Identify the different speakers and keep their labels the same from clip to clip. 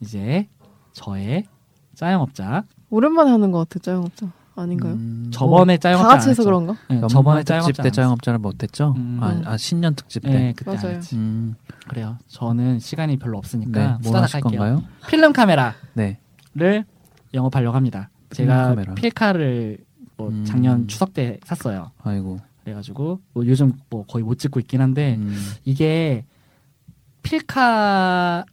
Speaker 1: 이제 저의 짜영업자
Speaker 2: 뭐
Speaker 3: 오랜만에 하는 것 같아 짜영업자 아닌가요?
Speaker 2: 음,
Speaker 1: 저번에
Speaker 3: 다
Speaker 1: 짜영업자
Speaker 3: 같이
Speaker 1: 안
Speaker 3: 해서
Speaker 1: 했죠.
Speaker 3: 그런가?
Speaker 1: 네,
Speaker 2: 연말
Speaker 1: 저번에 짜영업자
Speaker 2: 특집
Speaker 1: 안
Speaker 2: 때
Speaker 1: 했어요.
Speaker 2: 짜영업자를 못했죠.
Speaker 1: 음.
Speaker 2: 아, 아 신년 특집 때.
Speaker 1: 네, 그때 안
Speaker 3: 맞아요.
Speaker 1: 했지.
Speaker 2: 음,
Speaker 1: 그래요. 저는 시간이 별로
Speaker 2: 네,
Speaker 1: 없으니까
Speaker 2: 뭘
Speaker 1: 그러니까 수다닥
Speaker 2: 하실
Speaker 1: 할게요.
Speaker 2: 건가요?
Speaker 1: 필름 카메라를
Speaker 2: 네,
Speaker 1: 영업하려고 합니다.
Speaker 2: 필름
Speaker 1: 제가
Speaker 2: 카메라.
Speaker 1: 필카를 뭐
Speaker 2: 음.
Speaker 1: 작년 추석 때 샀어요.
Speaker 2: 아이고.
Speaker 1: 그래가지고 뭐 요즘 뭐 거의 못 찍고 있긴 한데
Speaker 2: 음,
Speaker 1: 이게 필카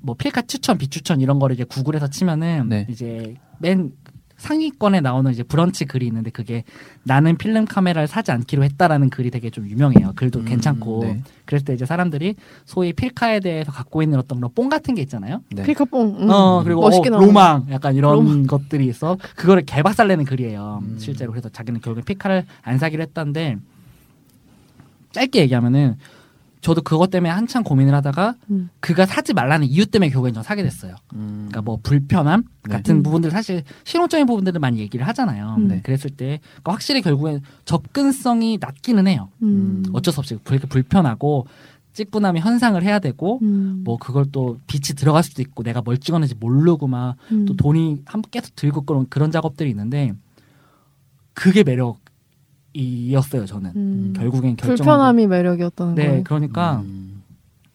Speaker 1: 뭐 필카 추천 비추천 이런 거를 이제 구글에서 치면은
Speaker 2: 네.
Speaker 1: 이제 맨 상위권에 나오는 이제 브런치 글이 있는데 그게 나는 필름 카메라를 사지 않기로 했다라는 글이 되게 좀 유명해요. 글도
Speaker 2: 음,
Speaker 1: 괜찮고
Speaker 2: 네.
Speaker 1: 그랬을 때 이제 사람들이 소위 필카에 대해서 갖고 있는 어떤 그런 뽕 같은 게 있잖아요.
Speaker 2: 네.
Speaker 3: 필카뽕 응.
Speaker 1: 어 그리고 어,
Speaker 3: 음. 멋있게 나오는
Speaker 1: 로망 약간 이런
Speaker 3: 로망.
Speaker 1: 것들이 있어 그거를 개박살내는 글이에요
Speaker 2: 음.
Speaker 1: 실제로 그래서 자기는 결국에 피카를 안 사기로 했다는데 짧게 얘기하면은 저도 그것 때문에 한참 고민을 하다가
Speaker 3: 음.
Speaker 1: 그가 사지 말라는 이유 때문에 결국엔 저 사게 됐어요
Speaker 2: 음,
Speaker 1: 그러니까 뭐 불편함
Speaker 2: 네.
Speaker 1: 같은
Speaker 3: 음.
Speaker 1: 부분들 사실 실용적인 부분들을 많이 얘기를 하잖아요
Speaker 3: 음. 네.
Speaker 1: 그랬을 때 그러니까 확실히 결국엔 접근성이 낮기는 해요
Speaker 3: 음.
Speaker 1: 어쩔 수 없이 불- 불편하고 찌뿌남이 현상을 해야 되고
Speaker 3: 음.
Speaker 1: 뭐 그걸 또 빛이 들어갈 수도 있고 내가 뭘 찍었는지 모르고 막 또
Speaker 3: 음.
Speaker 1: 돈이 한 번 계속 들고 그런 그런 작업들이 있는데 그게 매력이었어요 저는
Speaker 3: 음.
Speaker 1: 결국엔 결정
Speaker 3: 불편함이 매력이었다는
Speaker 1: 네
Speaker 3: 거예요.
Speaker 1: 그러니까
Speaker 2: 음,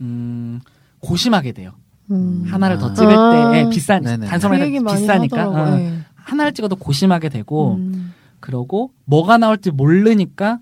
Speaker 1: 음 고심하게 돼요
Speaker 3: 음.
Speaker 1: 하나를
Speaker 2: 아.
Speaker 1: 더 찍을
Speaker 3: 아.
Speaker 1: 때 예, 비싼
Speaker 2: 네네.
Speaker 3: 그
Speaker 1: 단성에서
Speaker 3: 얘기 많이
Speaker 1: 그 비싸니까 뭐.
Speaker 3: 하더라고.
Speaker 1: 어,
Speaker 3: 예.
Speaker 1: 하나를 찍어도 고심하게 되고
Speaker 3: 음.
Speaker 1: 그러고 뭐가 나올지 모르니까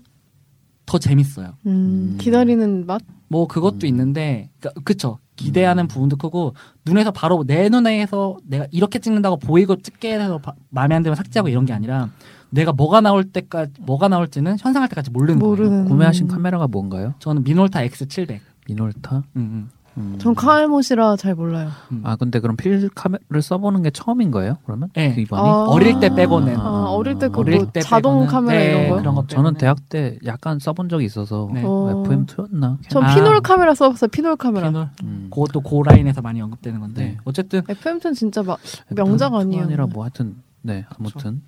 Speaker 1: 더 재밌어요
Speaker 3: 음.
Speaker 2: 음.
Speaker 3: 기다리는 맛.
Speaker 1: 뭐 그것도
Speaker 2: 음.
Speaker 1: 있는데 그러니까 그쵸 기대하는
Speaker 2: 음.
Speaker 1: 부분도 크고 눈에서 바로 내 눈에서 내가 이렇게 찍는다고 보이고 찍게 해서 바- 마음에 안 들면 삭제하고 이런 게 아니라 내가 뭐가 나올 때까지 뭐가 나올지는 현상할 때까지 모르는 거예요.
Speaker 3: 모르는.
Speaker 2: 구매하신 카메라가 뭔가요?
Speaker 1: 저는 미놀타 X700.
Speaker 2: 미놀타.
Speaker 1: 음, 음.
Speaker 2: 음.
Speaker 3: 전 카알못이라 잘 몰라요.
Speaker 2: 아 근데 그럼 필카메라를 써보는 게 처음인 거예요? 그러면
Speaker 1: 네.
Speaker 2: 그 이번이?
Speaker 3: 아.
Speaker 1: 어릴 때 빼고는.
Speaker 3: 아, 어릴 때 그거
Speaker 1: 어릴 때
Speaker 3: 자동
Speaker 1: 빼고는-
Speaker 3: 카메라
Speaker 1: 네,
Speaker 3: 이런 거요?
Speaker 1: 그런 것
Speaker 2: 저는
Speaker 1: 때문에.
Speaker 2: 대학 때 약간 써본 적이 있어서 아,
Speaker 1: 네.
Speaker 3: 어.
Speaker 2: FM2였나? 음.
Speaker 3: 전
Speaker 1: 아.
Speaker 3: 피놀 카메라 써봤어요. 피놀 카메라.
Speaker 1: 미놀. 그것도 고 라인에서 많이 언급되는 건데
Speaker 2: 네.
Speaker 1: 어쨌든
Speaker 3: FMT는 진짜 막 명작 아니에요.
Speaker 2: 아니라 뭐 하여튼 네 아무튼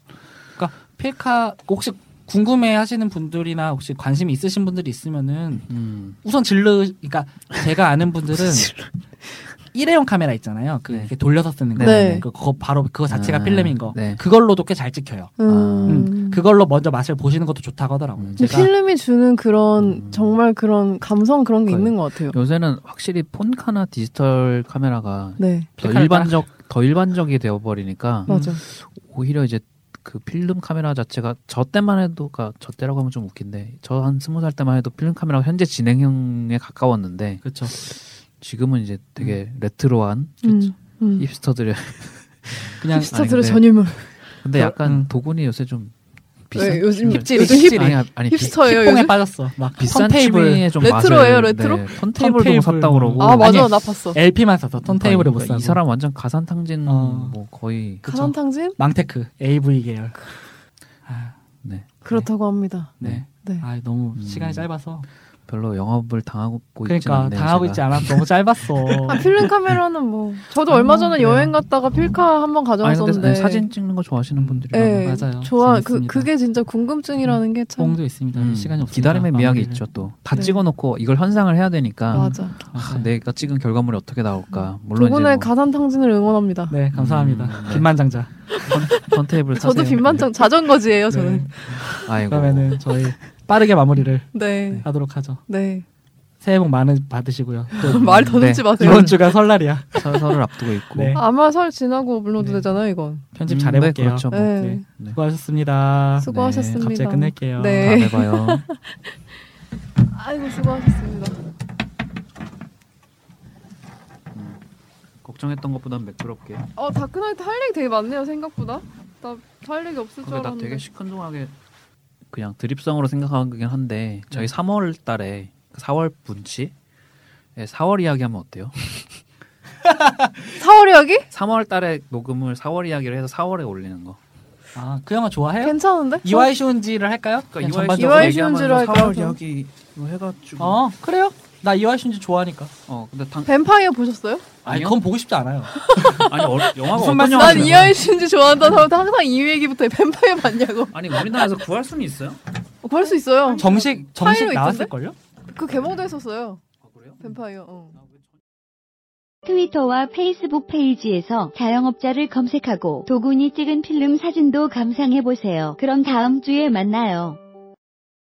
Speaker 1: 필카 혹시 궁금해 하시는 분들이나 혹시 관심이 있으신 분들이 있으면은
Speaker 2: 음.
Speaker 1: 우선 질르 그러니까 제가 아는 분들은 일회용 카메라 있잖아요. 그
Speaker 2: 네.
Speaker 1: 이렇게 돌려서 쓰는 거.
Speaker 3: 네.
Speaker 1: 그- 그거 바로 그거 자체가
Speaker 2: 아,
Speaker 1: 필름인 거.
Speaker 2: 네.
Speaker 1: 그걸로도 꽤 잘 찍혀요.
Speaker 3: 음.
Speaker 1: 음, 그걸로 먼저 맛을 보시는 것도 좋다고 하더라고요.
Speaker 2: 음.
Speaker 3: 근데
Speaker 1: 제가
Speaker 3: 필름이 주는 그런
Speaker 2: 음.
Speaker 3: 정말 그런 감성 그런 게
Speaker 2: 그래요.
Speaker 3: 있는 것 같아요.
Speaker 2: 요새는 확실히 폰카나 디지털 카메라가
Speaker 3: 네,
Speaker 2: 더
Speaker 1: 필카를
Speaker 2: 일반적 더 일반적이 되어버리니까
Speaker 3: 맞아.
Speaker 2: 오히려 이제 그 필름 카메라 자체가 저 때만 해도 그러니까 저 때라고 하면 좀 웃긴데 저 한 스무 살 때만 해도 필름 카메라가 현재 진행형에 가까웠는데
Speaker 1: 그렇죠.
Speaker 2: 지금은 이제 되게 레트로한
Speaker 3: 음. 음.
Speaker 2: 힙스터들의
Speaker 1: 그냥
Speaker 3: 힙스터들의
Speaker 2: 아니, 근데-
Speaker 3: 전유물.
Speaker 2: 근데
Speaker 1: 저-
Speaker 2: 약간
Speaker 1: 음.
Speaker 2: 도군이 요새 좀 비싼
Speaker 3: 네, 요즘
Speaker 1: 힙질,
Speaker 3: 요즘 힙
Speaker 1: 힙질이.
Speaker 2: 아니 아니 비-
Speaker 3: 힙스터예요.
Speaker 1: 뽕에
Speaker 3: 요즘.
Speaker 1: 빠졌어. 막
Speaker 2: 비싼
Speaker 1: 턴테이블
Speaker 2: 취미에 좀
Speaker 3: 레트로예요,
Speaker 2: 맛을-
Speaker 3: 레트로?
Speaker 2: 네, 턴테이블
Speaker 1: 턴테이블.
Speaker 2: 좀 샀다 그러고
Speaker 3: 아 맞아,
Speaker 1: 아니,
Speaker 3: 나 봤어.
Speaker 1: LP만 샀어. 턴테이블을 못
Speaker 2: 그러니까
Speaker 1: 사고.
Speaker 2: 이 사람 완전 가산탕진
Speaker 1: 어.
Speaker 2: 뭐 거의
Speaker 1: 그쵸.
Speaker 3: 가산탕진
Speaker 1: 망테크 AV 계열. 아,
Speaker 2: 네,
Speaker 3: 그렇다고 합니다.
Speaker 1: 네.
Speaker 3: 네.
Speaker 1: 아, 너무
Speaker 2: 음.
Speaker 1: 시간이 짧아서.
Speaker 2: 별로 영업을 당하고 있지
Speaker 1: 그러니까
Speaker 2: 않네요.
Speaker 1: 당하고
Speaker 2: 제가.
Speaker 1: 있지 않아. 너무 짧았어.
Speaker 3: 아, 필름 카메라는 뭐 저도
Speaker 1: 아,
Speaker 3: 얼마 전에
Speaker 1: 그래요.
Speaker 3: 여행 갔다가 필카 한번
Speaker 2: 아니 근데
Speaker 3: 가져왔었는데
Speaker 2: 사진 찍는 거 좋아하시는 분들이
Speaker 3: 예,
Speaker 1: 맞아요.
Speaker 3: 좋아 그
Speaker 1: 재밌습니다.
Speaker 3: 그게 진짜 궁금증이라는 게 참
Speaker 1: 뽕도 있습니다. 음, 시간이 아, 없습니다.
Speaker 2: 음. 기다림의 미학이
Speaker 1: 마무리를.
Speaker 2: 있죠 또. 다
Speaker 3: 네.
Speaker 2: 찍어놓고 이걸 현상을 해야 되니까
Speaker 3: 맞아.
Speaker 2: 아,
Speaker 1: 맞아요. 네.
Speaker 2: 내가 찍은 결과물이 어떻게 나올까. 물론 이제
Speaker 3: 도군의
Speaker 2: 뭐
Speaker 3: 가산탕진을 응원합니다.
Speaker 1: 네, 감사합니다.
Speaker 2: 음, 네.
Speaker 1: 빈만장자.
Speaker 2: 턴, 테이블
Speaker 3: 저도 빈만장 자전거지예요,
Speaker 1: 네.
Speaker 3: 저는.
Speaker 2: 아이고.
Speaker 1: 그러면은 저희 빠르게 마무리를
Speaker 3: 네,
Speaker 1: 하도록 하죠.
Speaker 3: 네.
Speaker 1: 새해 복 많이 받으시고요. 또
Speaker 3: 말 더듬지
Speaker 2: 네.
Speaker 3: 마세요.
Speaker 1: 아, 이번 주가 설날이야.
Speaker 2: 서- 서를 앞두고 있고.
Speaker 1: 네.
Speaker 3: 아마 설 지나고 물러도
Speaker 1: 네.
Speaker 3: 되잖아요, 이건.
Speaker 1: 편집
Speaker 2: 음,
Speaker 1: 잘
Speaker 2: 네,
Speaker 1: 해볼게요.
Speaker 2: 그렇죠. 뭐.
Speaker 3: 네.
Speaker 1: 네.
Speaker 2: 네.
Speaker 1: 수고하셨습니다.
Speaker 3: 수고하셨습니다.
Speaker 1: 갑자기 끝낼게요.
Speaker 3: 네.
Speaker 2: 다음에 봐요.
Speaker 3: 아이고 수고하셨습니다.
Speaker 2: 걱정했던 것보단 매끄럽게.
Speaker 3: 어 다크나이트 할 얘기 되게 많네요 생각보다. 나 할 얘기 없을 줄
Speaker 2: 근데 나
Speaker 3: 알았는데.
Speaker 2: 되게 시큰둥하게 그냥 드립성으로 생각하긴 한데 저희 3월 달에 4월 분치 4월 이야기 하면 어때요?
Speaker 3: 4월 이야기?
Speaker 2: 3월 달에 녹음을 4월 이야기를 해서 4월에 올리는 거.
Speaker 1: 아, 그 영화 좋아해요?
Speaker 3: 괜찮은데?
Speaker 1: 이와이 쇼운지를 할까요? 그냥
Speaker 2: 그러니까 이와이
Speaker 1: 전반적으로.
Speaker 3: 이와이-
Speaker 2: 얘기하면서
Speaker 3: 쇼인지로 할까요?
Speaker 2: 4월 이야기 뭐 해가지고. 어,
Speaker 1: 어, 그래요? 나 이와이 쇼운지 좋아하니까.
Speaker 2: 근데 당
Speaker 3: 뱀파이어 보셨어요?
Speaker 1: 아니,
Speaker 2: 아니요?
Speaker 1: 그건 보고 싶지 않아요.
Speaker 2: 아니 어, 영화가
Speaker 1: 무슨
Speaker 2: 어떤
Speaker 1: 말씀-
Speaker 2: 영화지?
Speaker 3: 난 이하이 씨인지 좋아한다는 사람한테 항상 이 얘기부터 해. 뱀파이어 봤냐고.
Speaker 2: 아니 우리나라에서 구할 수는 있어요?
Speaker 3: 어, 그럴 수 있어요.
Speaker 1: 정식
Speaker 3: 파이로
Speaker 1: 정식
Speaker 3: 있던데?
Speaker 1: 나왔을 걸요?
Speaker 3: 그 개봉도 했었어요.
Speaker 2: 아 그래요?
Speaker 3: 뱀파이어. 어.
Speaker 2: 나 왜-
Speaker 4: 트위터와 페이스북 페이지에서 자영업자를 검색하고 도군이 찍은 필름 사진도 감상해보세요. 그럼 다음 주에 만나요.